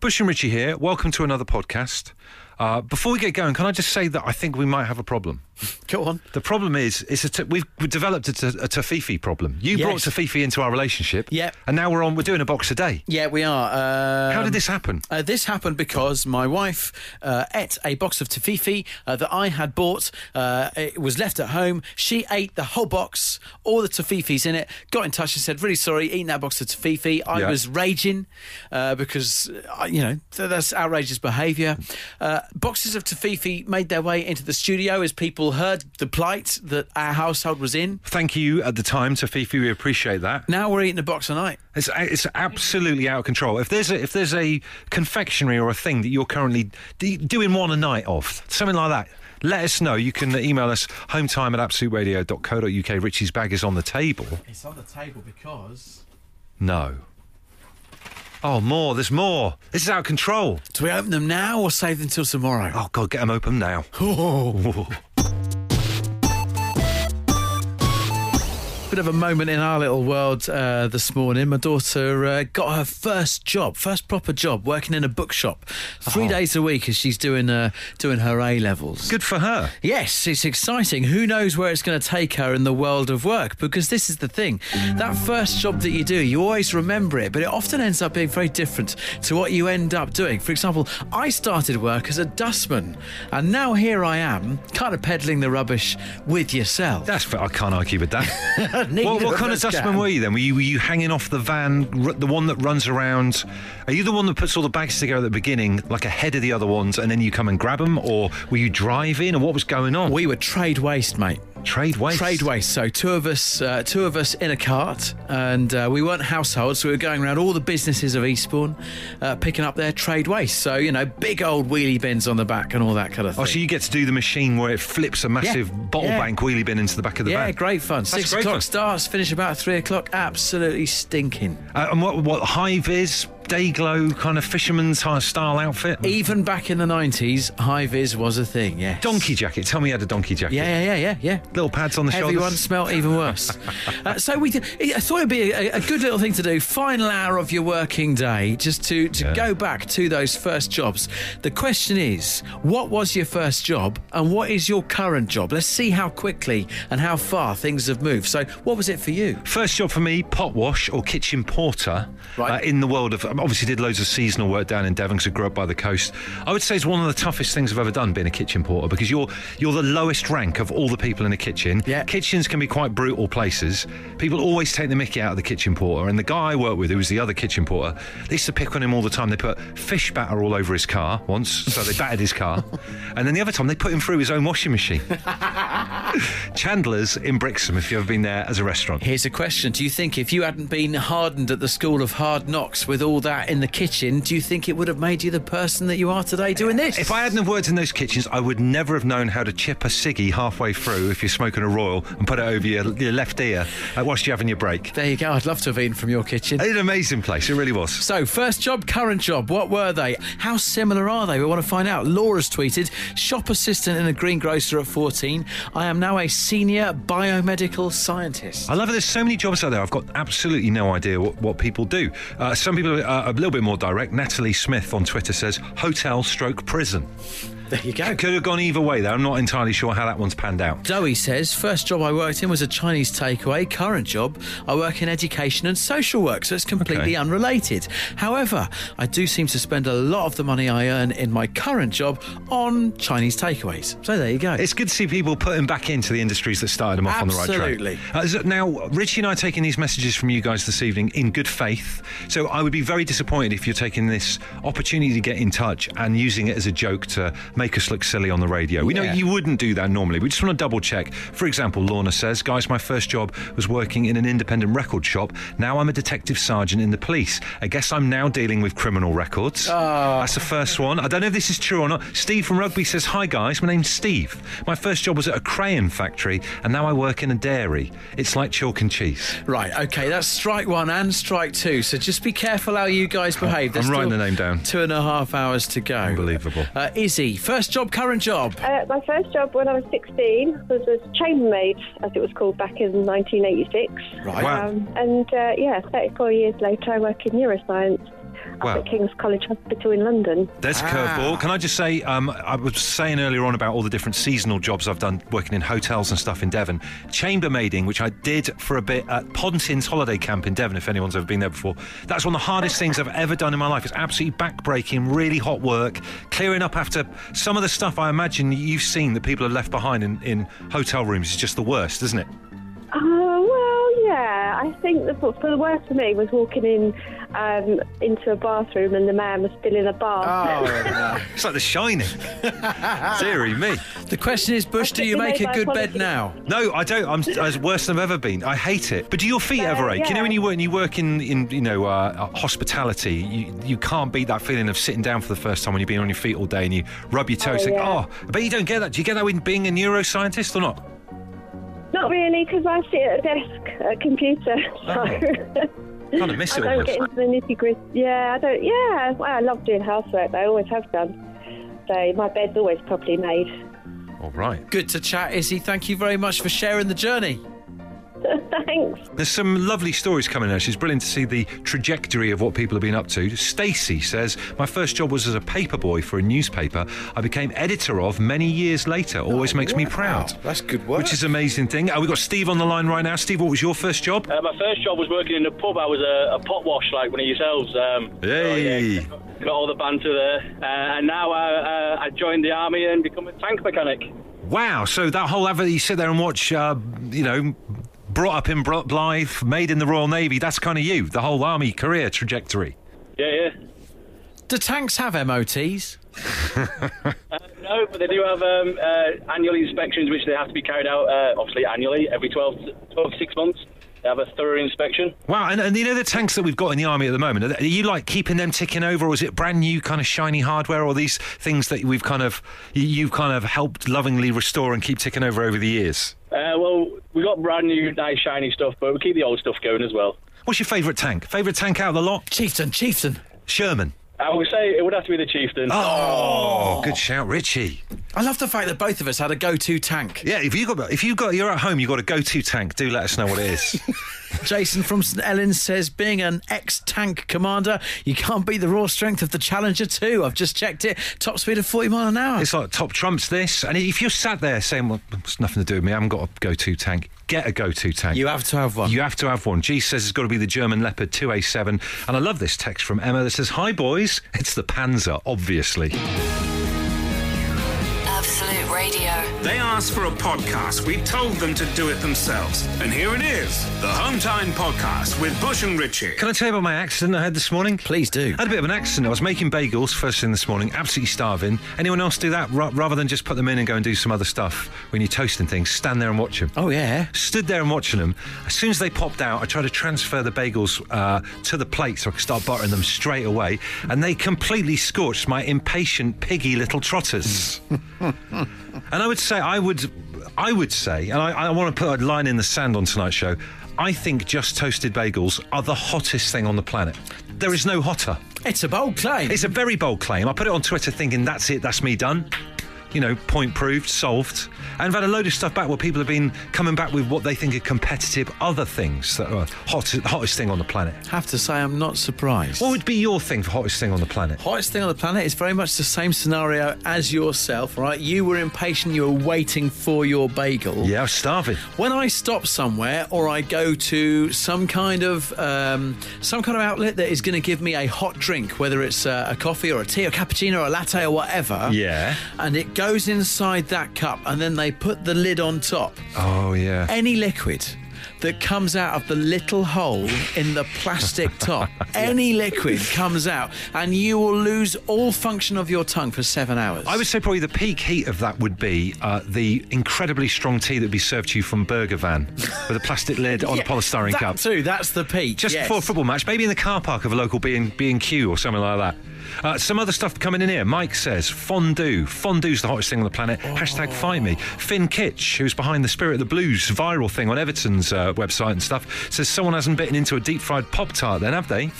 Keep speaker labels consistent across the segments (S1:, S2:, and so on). S1: Bush and Richie here. Welcome to another podcast. Uh, before we get going, can I just say that I think we might have a problem.
S2: Go on.
S1: The problem is, it's a t- we've we've developed a, t- a Tafifi problem. You brought
S2: Yes.
S1: Tafifi into our relationship,
S2: Yep.
S1: and now we're on. We're doing a box a day.
S2: Yeah, we are. Um,
S1: How did this happen?
S2: Uh, this happened because my wife uh, ate a box of tofifi uh, that I had bought. Uh, it was left at home. She ate the whole box, all the tofifis in it. Got in touch and said, "Really sorry, eating that box of tofifi." I
S1: Yeah.
S2: was raging uh, because uh, you know th- that's outrageous behaviour. Uh, boxes of tofifi made their way into the studio as people heard the plight that our household was in.
S1: Thank you at the time, Tafifi. We appreciate that.
S2: Now we're eating a box a night.
S1: It's it's absolutely out of control. If there's a, if there's a confectionery or a thing that you're currently d- doing one a night of, something like that, let us know. You can email us hometime at absoluteradio.co.uk. Richie's bag is on the table.
S2: It's on the table because.
S1: No. Oh, more. There's more. This is out of control.
S2: Do we open them now or save them till tomorrow?
S1: Oh God, get them open now.
S2: Oh. Bit of a moment in our little world uh, this morning. My daughter uh, got her first job, first proper job, working in a bookshop, three days a week as she's doing uh, doing her A levels.
S1: Good for her.
S2: Yes, it's exciting. Who knows where it's going to take her in the world of work? Because this is the thing that first job that you do, you always remember it, but it often ends up being very different to what you end up doing. For example, I started work as a dustman, and now here I am, kind of peddling the rubbish with yourself.
S1: That's fair. I can't argue with that.
S2: Neither
S1: what, what kind of
S2: us
S1: dustman
S2: can.
S1: were you then? Were you were you hanging off the van, r- the one that runs around? Are you the one that puts all the bags together at the beginning, like ahead of the other ones, and then you come and grab them, or were you driving, or what was going on?
S2: We were trade waste, mate.
S1: trade waste. Oh,
S2: Trade waste. So two of us, uh, two of us in a cart, and uh, we weren't households. So we were going around all the businesses of Eastbourne, uh, picking up their trade waste. So you know, big old wheelie bins on the back and all that kind of thing.
S1: Oh, so you get to do the machine where it flips a massive bottle
S2: yeah.
S1: bank wheelie bin into the back of the
S2: yeah,
S1: van.
S2: great fun. Six
S1: great
S2: o'clock
S1: fun.
S2: starts, finish about three o'clock. Absolutely stinking.
S1: Uh, and what what high vis, day glow kind of fisherman's high style outfit?
S2: Even back in the nineties, high vis was a thing. Yes.
S1: donkey jacket. Tell me you had a donkey jacket.
S2: Yeah, yeah, yeah, yeah, yeah.
S1: Little pads on the
S2: Heavy
S1: shoulders.
S2: one smelt even worse. uh, so we, did, I thought it'd be a, a good little thing to do. Final hour of your working day, just to to go back to those first jobs. The question is, what was your first job, and what is your current job? Let's see how quickly and how far things have moved. So, what was it for you?
S1: First job for me, pot wash or kitchen porter.
S2: Right.
S1: Uh, in the world of, I obviously did loads of seasonal work down in Devon because I grew up by the coast. I would say it's one of the toughest things I've ever done being a kitchen porter because you're you're the lowest rank of all the people in a kitchen.
S2: Yeah.
S1: Kitchens can be quite brutal places. People always take the mickey out of the kitchen porter. And the guy I worked with, who was the other kitchen porter, they used to pick on him all the time. They put fish batter all over his car once, so they battered his car. And then the other time, they put him through his own washing machine. Chandler's in Brixham, if you've ever been there as a restaurant.
S2: Here's a question: Do you think if you hadn't been hardened at the school of hard knocks with all that in the kitchen, do you think it would have made you the person that you are today doing this?
S1: If I hadn't have worked in those kitchens, I would never have known how to chip a ciggy halfway through if you're smoking a royal and put it over your, your left ear uh, whilst you're having your break.
S2: there you go. I'd love to have eaten from your kitchen.
S1: It's an amazing place, it really was.
S2: So, first job, current job, what were they? How similar are they? We want to find out. Laura's tweeted shop assistant in a greengrocer at 14. I am now a senior biomedical scientist.
S1: I love it. There's so many jobs out there. I've got absolutely no idea what, what people do. Uh, some people are a little bit more direct. Natalie Smith on Twitter says hotel stroke prison.
S2: There you go.
S1: Could have gone either way, though. I'm not entirely sure how that one's panned out.
S2: Zoe says, first job I worked in was a Chinese takeaway. Current job, I work in education and social work, so it's completely
S1: Okay.
S2: unrelated. However, I do seem to spend a lot of the money I earn in my current job on Chinese takeaways. So there you go.
S1: It's good to see people putting back into the industries that started them off on the right
S2: Absolutely.
S1: track. Uh, so now, Richie and I are taking these messages from you guys this evening in good faith. So I would be very disappointed if you're taking this opportunity to get in touch and using it as a joke to make us look silly on the radio. We know
S2: Yeah.
S1: you wouldn't do that normally. We just want to double check. For example, Lorna says, Guys, my first job was working in an independent record shop. Now I'm a detective sergeant in the police. I guess I'm now dealing with criminal records. That's the first one. I don't know if this is true or not. Steve from Rugby says, Hi, guys. My name's Steve. My first job was at a crayon factory, and now I work in a dairy. It's like chalk and cheese.
S2: Right, okay, that's strike one and strike two. So just be careful how you guys behave.
S1: I'm writing
S2: still
S1: the name down.
S2: Two and a half hours to go.
S1: Unbelievable.
S2: Uh, Izzy, first job, current job.
S3: Uh, my first job when I was 16 was as chambermaid, as it was called back in 1986.
S2: Right.
S1: Wow.
S3: Um, and uh, yeah, 34 years later, I work in neuroscience.
S1: Wow.
S3: up at King's College Hospital in London.
S1: There's a curveball. Can I just say, um, I was saying earlier on about all the different seasonal jobs I've done working in hotels and stuff in Devon. Chambermaiding, which I did for a bit at Pontins Holiday Camp in Devon, if anyone's ever been there before. That's one of the hardest things I've ever done in my life. It's absolutely backbreaking, really hot work, clearing up after some of the stuff I imagine you've seen that people are left behind in, in hotel rooms is just the worst, isn't it?
S3: Oh well, yeah. I think the for the worst for me was walking in um, into a bathroom and the man was still in a bath.
S1: It's like The Shining. Deary me.
S2: The question is, Bush,
S3: I
S2: do
S3: think
S2: you
S3: we
S2: make
S3: made
S2: a
S3: my
S2: good bed
S3: apologies.
S2: now?
S1: No, I don't. I'm as worse than I've ever been. I hate it. But do your feet ever ache? You know
S3: yeah.
S1: when you work, when you work in, in you know uh, hospitality, you, you can't beat that feeling of sitting down for the first time when you've been on your feet all day and you rub your toes.
S3: Oh,
S1: think,
S3: yeah.
S1: oh, I bet you don't get that. Do you get that when being a neuroscientist or not?
S3: Not really, because I sit at a desk, a computer. So.
S1: Kind of miss
S3: I
S1: it.
S3: don't
S1: almost.
S3: get into the nitty gritty. Yeah, I don't. Yeah, well, I love doing housework. though, I always have done. So my bed's always properly made.
S1: All right.
S2: Good to chat, Izzy. Thank you very much for sharing the journey.
S3: Thanks.
S1: There's some lovely stories coming in. It's brilliant to see the trajectory of what people have been up to. Stacey says, My first job was as a paperboy for a newspaper I became editor of many years later. Always makes
S3: Oh,
S1: me proud.
S4: That's good work.
S1: Which is an amazing thing. Uh, we've got Steve on the line right now. Steve, what was your first job?
S5: Oh,
S6: Uh, my first job was working in a pub. I was a, a pot wash, like one of yourselves. Um, so,
S1: Hey.
S6: yeah, got, got all the banter there. Uh, and now I, uh, I joined the army and become a tank mechanic.
S1: Wow. So that whole advert that you sit there and watch, uh, you know, brought up in Bro- Blythe, made in the Royal Navy, that's kind of you, the whole army career trajectory.
S6: Yeah, yeah.
S2: Do tanks have MOTs?
S6: No, but they do have um, uh, annual inspections, which they have to be carried out, uh, obviously, annually, every 12, to- 12 to 6 months. They have a thorough inspection.
S1: Wow. And, and you know the tanks that we've got in the army at the moment, are, they- are you like keeping them ticking over or is it brand new kind of shiny hardware or these things that we've kind of, you, you've kind of helped lovingly restore and keep ticking over over the years?
S6: Uh, well, we got brand new, nice, shiny stuff, but we keep the old stuff going as well.
S1: What's your favourite tank? Favourite tank out of the lot?
S2: Chieftain, chieftain.
S1: Sherman.
S6: I would say it would have to be the chieftain.
S1: Oh, good shout, Richie.
S2: I love the fact that both of us had a go-to tank.
S1: Yeah, if you got if you got you're at home, you got a go-to tank. Do let us know what it is.
S2: Jason from St Helens says, being an ex-tank commander, you can't beat the raw strength of the Challenger 2. I've just checked it. Top speed of 40 mile an hour.
S1: it's like top trumps this, and if you're sat there saying, "Well, it's nothing to do with me. I haven't got a go-to tank." Get a go-to tank.
S2: you have to have one.
S1: You have to have one. G says it's got to be the German Leopard 2A7. And I love this text from Emma that says, Hi, boys. It's the Panzer, obviously.
S7: Absolute Radio.
S8: They asked for a podcast. We told them to do it themselves. And here it is the Hometown Podcast with Bush and Richie.
S1: Can I tell you about my accident I had this morning?
S2: Please do.
S1: I had a bit of an accident. I was making bagels first thing this morning, absolutely starving. Anyone else do that? Ra- rather than just put them in and go and do some other stuff when you're toasting things, stand there and watch them.
S2: Oh, yeah.
S1: stood there and watching them. As soon as they popped out, I tried to transfer the bagels uh, to the plate so I could start buttering them straight away, and they completely scorched my impatient piggy little trotters. and I would say, I would, I would say, and I, I want to put a line in the sand on tonight's show. I think just toasted bagels are the hottest thing on the planet. There is no hotter.
S2: It's a bold claim.
S1: It's a very bold claim. I put it on Twitter thinking that's it, that's me done. You know, point proved, solved. And I've had a load of stuff back where people have been coming back with what they think are competitive other things that are hot, hottest thing on the planet.
S2: have to say, I'm not surprised.
S1: What would be your thing for hottest thing on the planet?
S2: Hottest thing on the planet is very much the same scenario as yourself, right? You were impatient, you were waiting for your bagel.
S1: Yeah, I was starving.
S2: When I stop somewhere or I go to some kind of um, some kind of outlet that is going to give me a hot drink, whether it's uh, a coffee or a tea or cappuccino or a latte or whatever,
S1: Yeah.
S2: and it goes inside that cup, and then they put the lid on top.
S1: Oh, yeah.
S2: Any liquid. That comes out of the little hole in the plastic top. Any liquid comes out, and you will lose all function of your tongue for seven hours.
S1: I would say probably the peak heat of that would be uh, the incredibly strong tea that would be served to you from Burger Van with a plastic lid on
S2: Yeah,
S1: a polystyrene
S2: that
S1: cup.
S2: too. That's the peak.
S1: just
S2: yes.
S1: before a football match, maybe in the car park of a local B and B and Q or something like that. Uh, some other stuff coming in here. Mike says fondue. Fondue's the hottest thing on the planet. Hashtag fight me. Finn Kitch, who's behind the Spirit of the Blues viral thing on Everton's uh, website and stuff, says someone hasn't bitten into a deep fried pop tart. Then have they?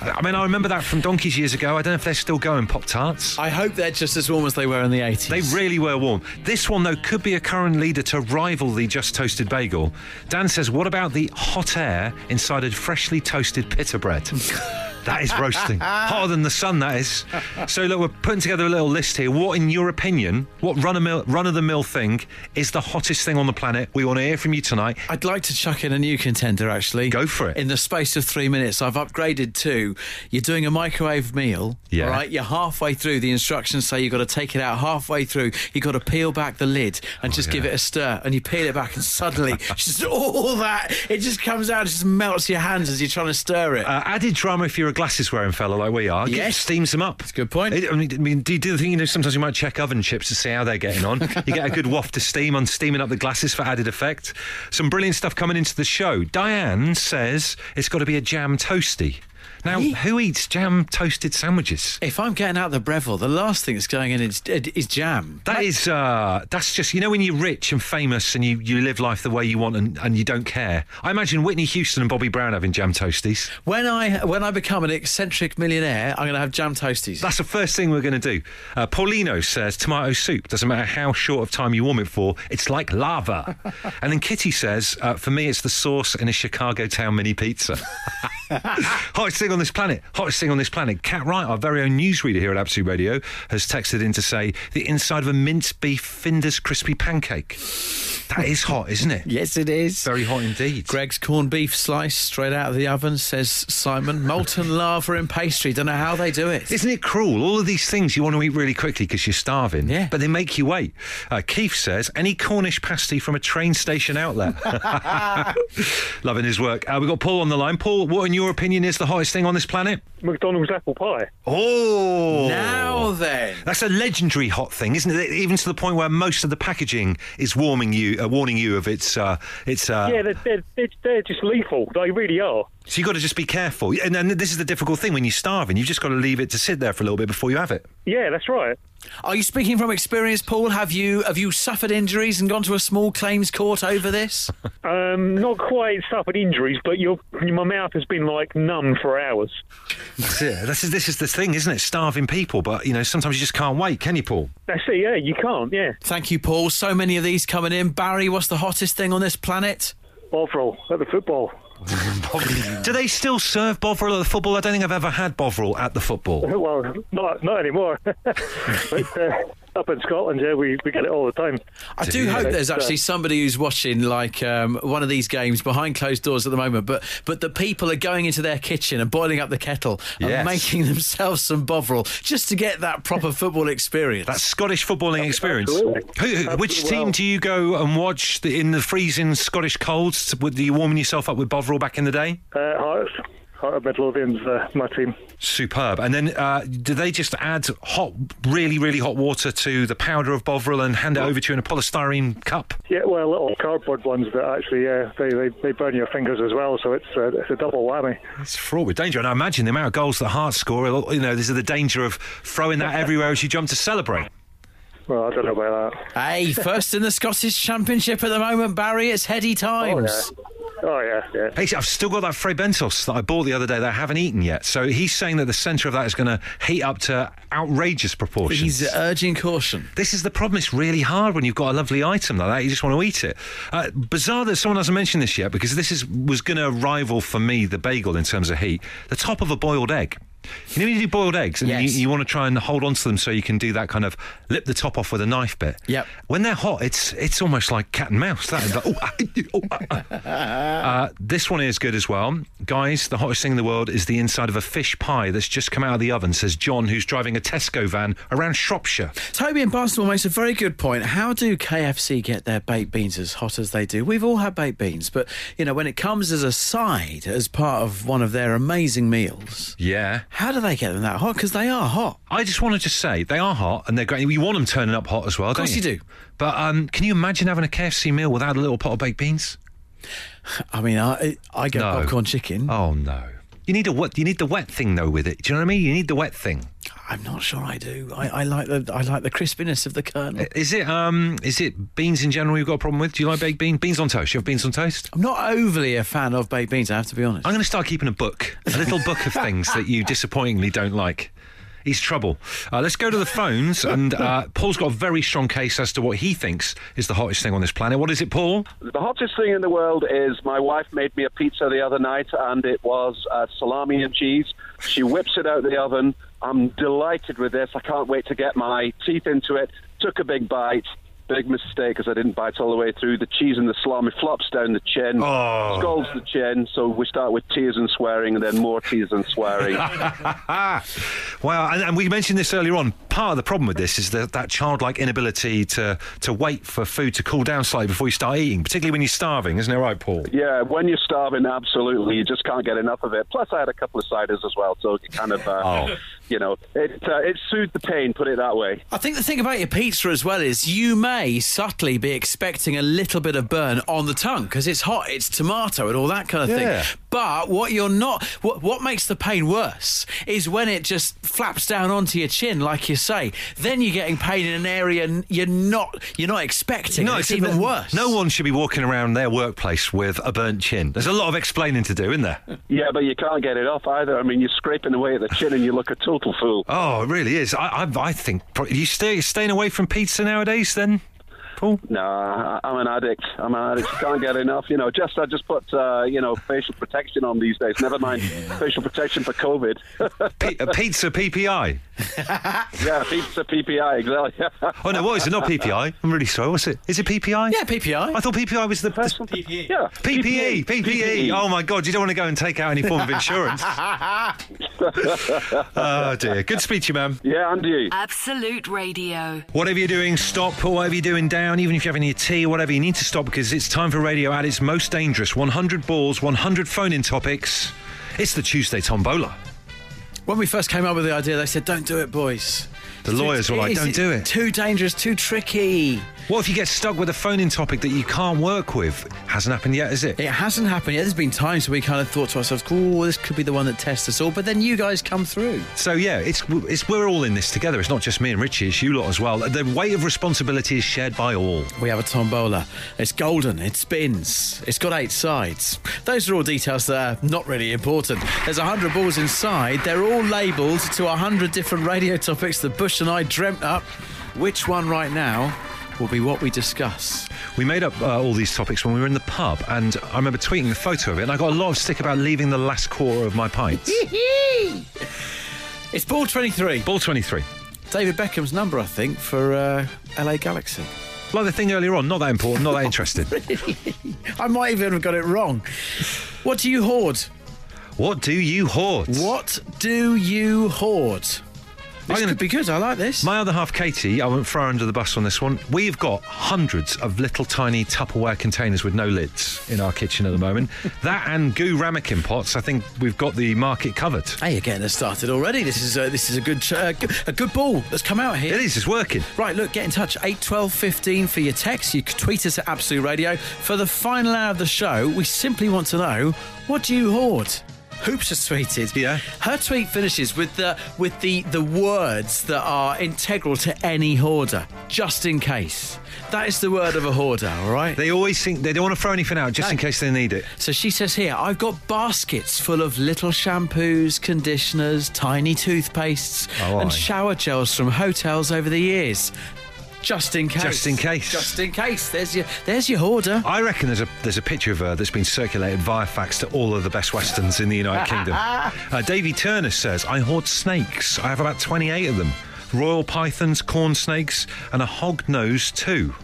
S1: I I mean, I remember that from donkeys years ago. I don't know if they're still going pop tarts.
S2: I hope they're just as warm as they were in the 80s.
S1: They really were warm. This one, though, could be a current leader to rival the just toasted bagel. Dan says, What about the hot air inside a freshly toasted pita bread? That is roasting. Hotter than the sun, that is. So, look, we're putting together a little list here. What, in your opinion, what run, run of the mill thing is the hottest thing on the planet? We want to hear from you tonight.
S2: I'd like to chuck in a new contender, actually.
S1: Go for it.
S2: In the space of three minutes, I've upgraded to you're doing a microwave meal,
S1: Yeah.
S2: all right? You're halfway through. The instructions say you've got to take it out halfway through. You've got to peel back the lid
S1: Oh,
S2: and just give it a stir. And you peel it back, and suddenly, just all that, it just comes out, it just melts your hands as you're trying to stir it.
S1: Uh, added drama if you're a glasses wearing fella like we are. It
S2: Yes.
S1: steams them up. It's
S2: a good point.
S1: I mean, I mean, do you do the thing, you know, sometimes you might check oven chips to see how they're getting on. you get a good waft of steam on steaming up the glasses for added effect. Some brilliant stuff coming into the show. Diane says it's got to be a jam toasty. Now, who eats jam toasted sandwiches?
S2: if I'm getting out the Breville, the last thing that's going in is, is jam.
S1: That is, uh, that's just, you know, when you're rich and famous and you, you live life the way you want and, and you don't care. I imagine Whitney Houston and Bobby Brown having jam toasties.
S2: When I when I become an eccentric millionaire, I'm going to have jam toasties.
S1: That's the first thing we're going to do. Uh, Paulino says tomato soup. Doesn't matter how short of time you warm it for, it's like lava. and then Kitty says, uh, for me, it's the sauce in a Chicago town mini pizza. hottest thing on this planet. Hottest thing on this planet. Cat Wright, our very own newsreader here at Absolute Radio, has texted in to say the inside of a minced beef Finder's crispy pancake. That is hot, isn't it?
S2: yes, it is.
S1: Very hot indeed.
S2: Greg's corned beef slice straight out of the oven, says Simon. Molten lava in pastry. Don't know how they do it.
S1: Isn't it cruel? All of these things you want to eat really quickly because you're starving.
S2: Yeah.
S1: But they make you wait. Uh, Keith says, any Cornish pasty from a train station outlet. Loving his work. Uh, we've got Paul on the line. Paul, what in your opinion is the hottest thing on this planet?
S4: McDonald's apple pie.
S1: Oh.
S2: Now then.
S1: That's a legendary hot thing, isn't it? Even to the point where most of the packaging is warming you, uh, warning you of its. Uh, its uh,
S4: Yeah, they're, they're, they're, they're just lethal. They really are.
S1: So you've got to just be careful. And, and this is the difficult thing when you're starving. You've just got to leave it to sit there for a little bit before you have it.
S4: Yeah, that's right.
S2: Are you speaking from experience, Paul? Have you have you suffered injuries and gone to a small claims court over this?
S4: Um, not quite suffered injuries, but your my mouth has been like numb for hours.
S1: That's it. This is this is the thing, isn't it? Starving people, but you know sometimes you just can't wait, can you, Paul?
S4: That's it. Yeah, you can't. Yeah,
S2: Thank you, Paul. So many of these coming in. Barry, what's the hottest thing on this planet?
S4: Bovril at the football.
S1: Do they still serve Bovril at the football? I don't think I've ever had Bovril at the football.
S4: Well, not not anymore. but, uh, up in Scotland, yeah, we, we get it all the time.
S2: I do hope there's actually somebody who's watching like um, one of these games behind closed doors at the moment, but but the people are going into their kitchen and boiling up the kettle
S1: Yes.
S2: and making themselves some bovril just to get that proper football experience.
S1: That Scottish footballing experience.
S4: absolutely.
S1: Who, who, which
S4: Absolutely.
S1: team do you go and watch the, in the freezing Scottish colds? Were you warming yourself up with Bovril back in the day?
S4: Uh, Hearts, Heart of Midlothian's uh, my team.
S1: Superb. And then uh, do they just add hot, really, really hot water to the powder of Bovril and hand it over to you in a polystyrene cup?
S4: Yeah, well, little cardboard ones that actually uh, they, they they burn your fingers as well, so it's uh, it's a double whammy.
S1: It's fraught with danger, and I imagine the amount of goals that Hearts score. You know, there's the danger of throwing that everywhere as you jump to celebrate.
S4: Well, I don't know about that.
S2: Hey, first in the Scottish Championship at the moment, Barry. It's heady times.
S4: Oh yeah, yeah.
S1: Hey, I've still got that Frey Bentos that I bought the other day that I haven't eaten yet. So he's saying that the centre of that is going to heat up to outrageous proportions.
S2: He's urging caution.
S1: this is the problem. It's really hard when you've got a lovely item like that. You just want to eat it. Uh, bizarre that someone hasn't mentioned this yet because this is was going to rival for me the bagel in terms of heat. The top of a boiled egg. You know when you do boiled eggs and
S2: Yes.
S1: you, you want to try and hold on to them so you can do that kind of lip the top off with a knife bit.
S2: Yep.
S1: When they're hot, it's it's almost like cat and mouse. That is like, oh, ah, oh, ah, ah. Uh, this one is good as well. Guys, the hottest thing in the world is the inside of a fish pie that's just come out of the oven, says John, who's driving a Tesco van around Shropshire.
S2: Toby in Barnstable makes a very good point. How do KFC get their baked beans as hot as they do? We've all had baked beans, but you know when it comes as a side, as part of one of their amazing meals,
S1: Yeah.
S2: how do they get them that hot? Because they are hot.
S1: I just want to just say they are hot and they're great. You want them turning up hot as well, of
S2: course
S1: don't
S2: you
S1: you?
S2: do.
S1: But um, can you imagine having a KFC meal without a little pot of baked beans?
S2: I mean, I I get
S1: No.
S2: popcorn chicken.
S1: Oh no. You need a wet. You need the wet thing though with it. Do you know what I mean? You need the wet thing.
S2: I'm not sure I do. I, I like the I like the crispiness of the kernel.
S1: Is it um? Is it beans in general you've got a problem with? Do you like baked beans? Beans on toast. You have beans on toast.
S2: I'm not overly a fan of baked beans. I have to be honest.
S1: I'm going to start keeping a book, a little book of things that you disappointingly don't like. He's trouble. Uh, let's go to the phones, and uh, Paul's got a very strong case as to what he thinks is the hottest thing on this planet. What is it, Paul?
S7: The hottest thing in the world is my wife made me a pizza the other night, and it was uh, salami and cheese. She whips it out of the oven. I'm delighted with this. I can't wait to get my teeth into it. Took a big bite. Big mistake because I didn't bite all the way through. The cheese and the salami flops down the chin,
S1: Oh.
S7: scalds the chin. So we start with tears and swearing, and then more tears and swearing.
S2: Ah.
S1: Wow, and, and we mentioned this earlier on. Part of the problem with this is that that childlike inability to to wait for food to cool down slightly before you start eating, particularly when you're starving, isn't it right, Paul?
S7: Yeah, when you're starving, absolutely, you just can't get enough of it. Plus, I had a couple of ciders as well, so it kind of, uh,
S1: Oh.
S7: you know, it uh, it soothed the pain. Put it that way.
S2: I think the thing about your pizza as well is you may subtly be expecting a little bit of burn on the tongue because it's hot, it's tomato, and all that kind of
S1: Yeah.
S2: thing. But what you're not, what, what makes the pain worse is when it just flaps down onto your chin, like you say. Then you're getting pain in an area n- you're not, you're not expecting. and it's
S1: it's-
S2: even worse.
S1: No one should be walking around their workplace with a burnt chin. There's a lot of explaining to do, isn't there?
S7: Yeah, but you can't get it off either. I mean, you're scraping away at the chin, and you look a total fool.
S1: Oh, it really is. I, I, I think pro- you stay staying away from pizza nowadays, then, Paul.
S7: Nah, I- I'm an addict. I'm an addict. Can't get enough. You know, just I just put uh, you know facial protection on these days. Never mind facial protection for COVID.
S1: P- uh, pizza PPI.
S7: yeah, pizza PPI exactly.
S1: Oh no, what is it? Not PPI. I'm really sorry. What's it? Is it PPI?
S2: Yeah, PPI.
S1: I thought PPI was the person.
S7: yeah, E,
S1: PPE, PPE. Oh my God, you don't want to go and take out any form of insurance. oh dear. Good speech, you, ma'am.
S7: Yeah, and you.
S9: Absolute Radio.
S1: Whatever you're doing, stop. Put whatever you're doing down, even if you're having your tea or whatever, you need to stop because it's time for radio at its most dangerous 100 balls, 100 phone in topics. It's the Tuesday Tombola.
S2: When we first came up with the idea, they said, "Don't do it, boys."
S1: The lawyers were like,
S2: Is
S1: "Don't do it."
S2: Too dangerous, too tricky.
S1: What if you get stuck with a phone in topic that you can't work with? Hasn't happened yet, is it?
S2: It hasn't happened yet. There's been times where we kind of thought to ourselves, "Oh, this could be the one that tests us all," but then you guys come through.
S1: So yeah, it's, it's we're all in this together. It's not just me and Richie, it's you lot as well. The weight of responsibility is shared by all.
S2: We have a tombola. It's golden. It spins. It's got eight sides. Those are all details that are not really important. There's a hundred balls inside. They're all labelled to a hundred different radio topics that Bush and I dreamt up. Which one right now will be what we discuss?
S1: We made up uh, all these topics when we were in the pub, and I remember tweeting a photo of it, and I got a lot of stick about leaving the last quarter of my pint.
S2: It's ball 23.
S1: Ball 23.
S2: David Beckham's number, I think, for uh, LA Galaxy.
S1: Like the thing earlier on, not that important, not that interesting.
S2: I might even have got it wrong. What do you hoard?
S1: What do you hoard?
S2: What do you hoard? This
S1: gonna-
S2: could be good. I like this.
S1: My other half, Katie, I won't throw her under the bus on this one. We've got hundreds of little tiny Tupperware containers with no lids in our kitchen at the moment. that and goo ramekin pots. I think we've got the market covered.
S2: Hey, you're getting us started already. This is a, this is a good ch- uh, g- a good ball that's come out here.
S1: It is, it's working.
S2: Right, look, get in touch. 8 12 15 for your text. You can tweet us at Absolute Radio. For the final hour of the show, we simply want to know what do you hoard? Hoops has tweeted.
S1: Yeah.
S2: Her tweet finishes with the with the the words that are integral to any hoarder, just in case. That is the word of a hoarder, all right?
S1: They always think they don't want to throw anything out just in case they need it.
S2: So she says here, I've got baskets full of little shampoos, conditioners, tiny toothpastes,
S1: Oh,
S2: and
S1: aye.
S2: shower gels from hotels over the years. Just in case.
S1: Just in case.
S2: Just in case. There's your there's your hoarder.
S1: I reckon there's a there's a picture of her that's been circulated via fax to all of the best westerns in the United Kingdom. Uh, Davy Turner says, "I hoard snakes. I have about 28 of them: royal pythons, corn snakes, and a hognose too.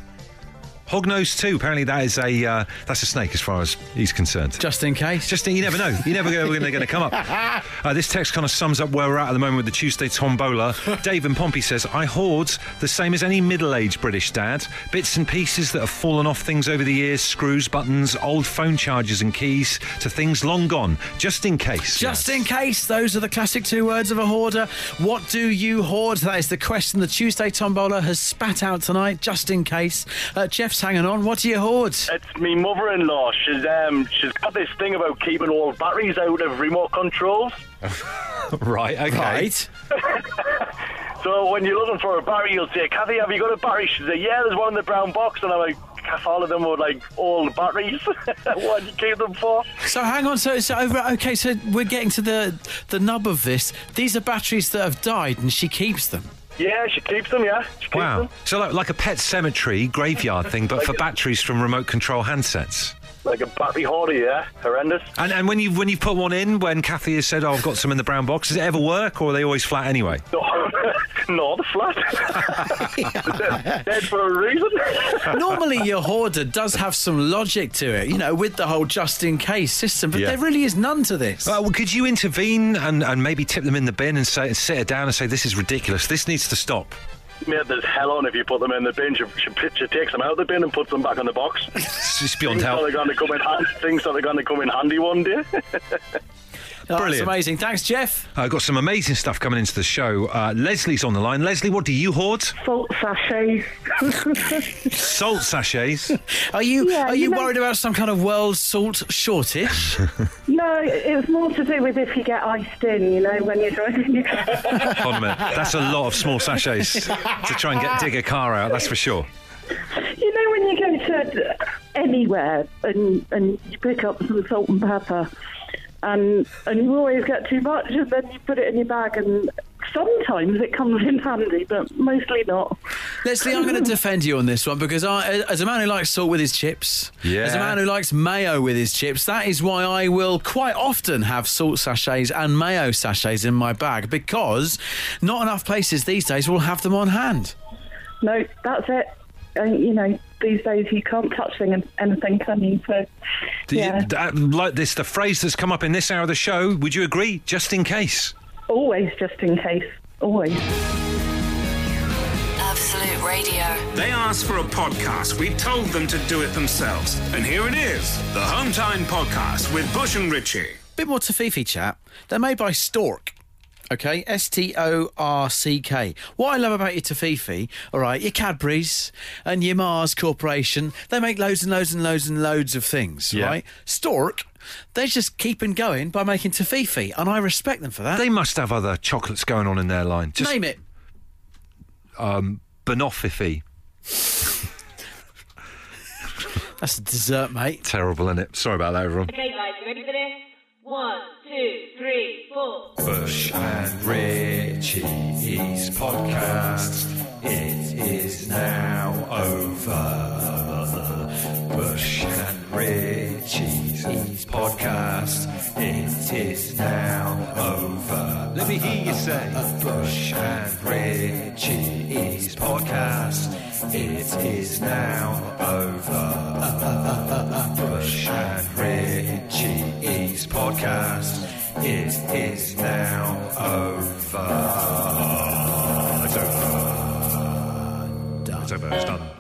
S1: Hognose too. Apparently, that is a uh, that's a snake as far as he's concerned."
S2: Just in case.
S1: Just you never know. You never know when they're going to come up. Uh, this text kind of sums up where we're at at the moment with the Tuesday tombola. Dave and Pompey says, "I hoard the same as any middle-aged British dad. Bits and pieces that have fallen off things over the years: screws, buttons, old phone chargers and keys to things long gone, just in case.
S2: Just in case, those are the classic two words of a hoarder. What do you hoard? That is the question the Tuesday Tombola has spat out tonight, just in case. Uh, Jeff's hanging on. What do you hoard?
S5: It's me mother-in-law. She's um, she's got this thing about keeping all batteries out of remote controls.
S1: right. Okay.
S2: Right.
S5: So when you're looking for a battery, you'll say, "Kathy, have you got a battery?" She'll say, "Yeah, there's one in the brown box." And I'm like, "Half all of them were like old batteries. what do you keep them for?"
S2: So hang on. So, so over. Okay. So we're getting to the the nub of this. These are batteries that have died, and she keeps them.
S5: Yeah, she keeps them. Yeah, she keeps
S1: Wow.
S5: them.
S1: So like, like a pet cemetery graveyard thing, but for batteries from remote control handsets.
S5: like a battery hoarder, yeah? Horrendous.
S10: And, and when you've when you've put one in, when Kathy has said, "Oh, I've got some in the brown box," does it ever work, or are they always flat anyway?
S5: No, no the flat. dead, dead for a reason.
S2: Normally, your hoarder does have some logic to it, you know, with the whole just in case system, but
S10: Yeah.
S2: there really is none to this.
S10: Uh, well, could you intervene and, and maybe tip them in the bin and say, sit her down and say, "This is ridiculous. This needs to stop."
S5: Mate, there's hell on if you put them in the bin. She, she, she takes them out of the bin and puts them back in the box.
S10: It's just beyond
S5: Things that are
S10: help.
S5: going to come in hand, things that are going to come in handy one day.
S2: Oh, That's
S10: brilliant.
S2: amazing. Thanks, Jeff.
S10: I've got some amazing stuff coming into the show. Uh, Leslie's on the line. Leslie, what do you hoard?
S3: Salt sachets.
S10: Salt sachets.
S2: Are you
S3: Yeah,
S2: are
S3: you
S2: you,
S3: know-
S2: worried about some kind of world salt shortage?
S3: no, it was more to do with if you get iced in, you know, when you're driving your car.
S10: Hold on a minute. That's a lot of small sachets to try and get dig a car out. That's for sure.
S3: you know, when you go to anywhere and, and you pick up some salt and pepper and, and you always get too much and then you put it in your bag and sometimes it comes in handy, but mostly not.
S2: Leslie, I'm going to defend you on this one because I, as a man who likes salt with his chips,
S10: Yeah.
S2: as a man who likes mayo with his chips, that is why I will quite often have salt sachets and mayo sachets in my bag because not enough places these days will have them on hand.
S3: No, that's it. And, you know, these days you can't touch thing, anything, can you? So,
S10: Do you-
S3: yeah,
S10: that- like this, the phrase that's come up in this hour of the show. Would you agree? Just in case.
S3: always just in case. Always.
S9: Absolute Radio.
S8: They asked for a podcast. We told them to do it themselves. And here it is the Hometown Podcast with Bush and Ritchie.
S2: Bit more Tafifi chat. They're made by Stork. Okay, S T O R C K. What I love about your Tafifi, all right, your Cadbury's and your Mars Corporation, they make loads and loads and loads and loads of things,
S10: Yeah.
S2: right? Stork, they're just keeping going by making Tafifi, and I respect them for that.
S10: They must have other chocolates going on in their line. Just
S2: Name it.
S10: Banoffee.
S2: That's a dessert, mate.
S10: Terrible, innit? Sorry about that, everyone.
S7: Okay, guys, you ready for this? One, two, three, four.
S1: Bush and Richie's podcast. It is now over. Bush and Richie's podcast. It is now over. Let me hear you say. Bush and Richie's podcast. It is now over. Bush and Richie's podcast. It is now over. It's over.
S10: It's over. It's done.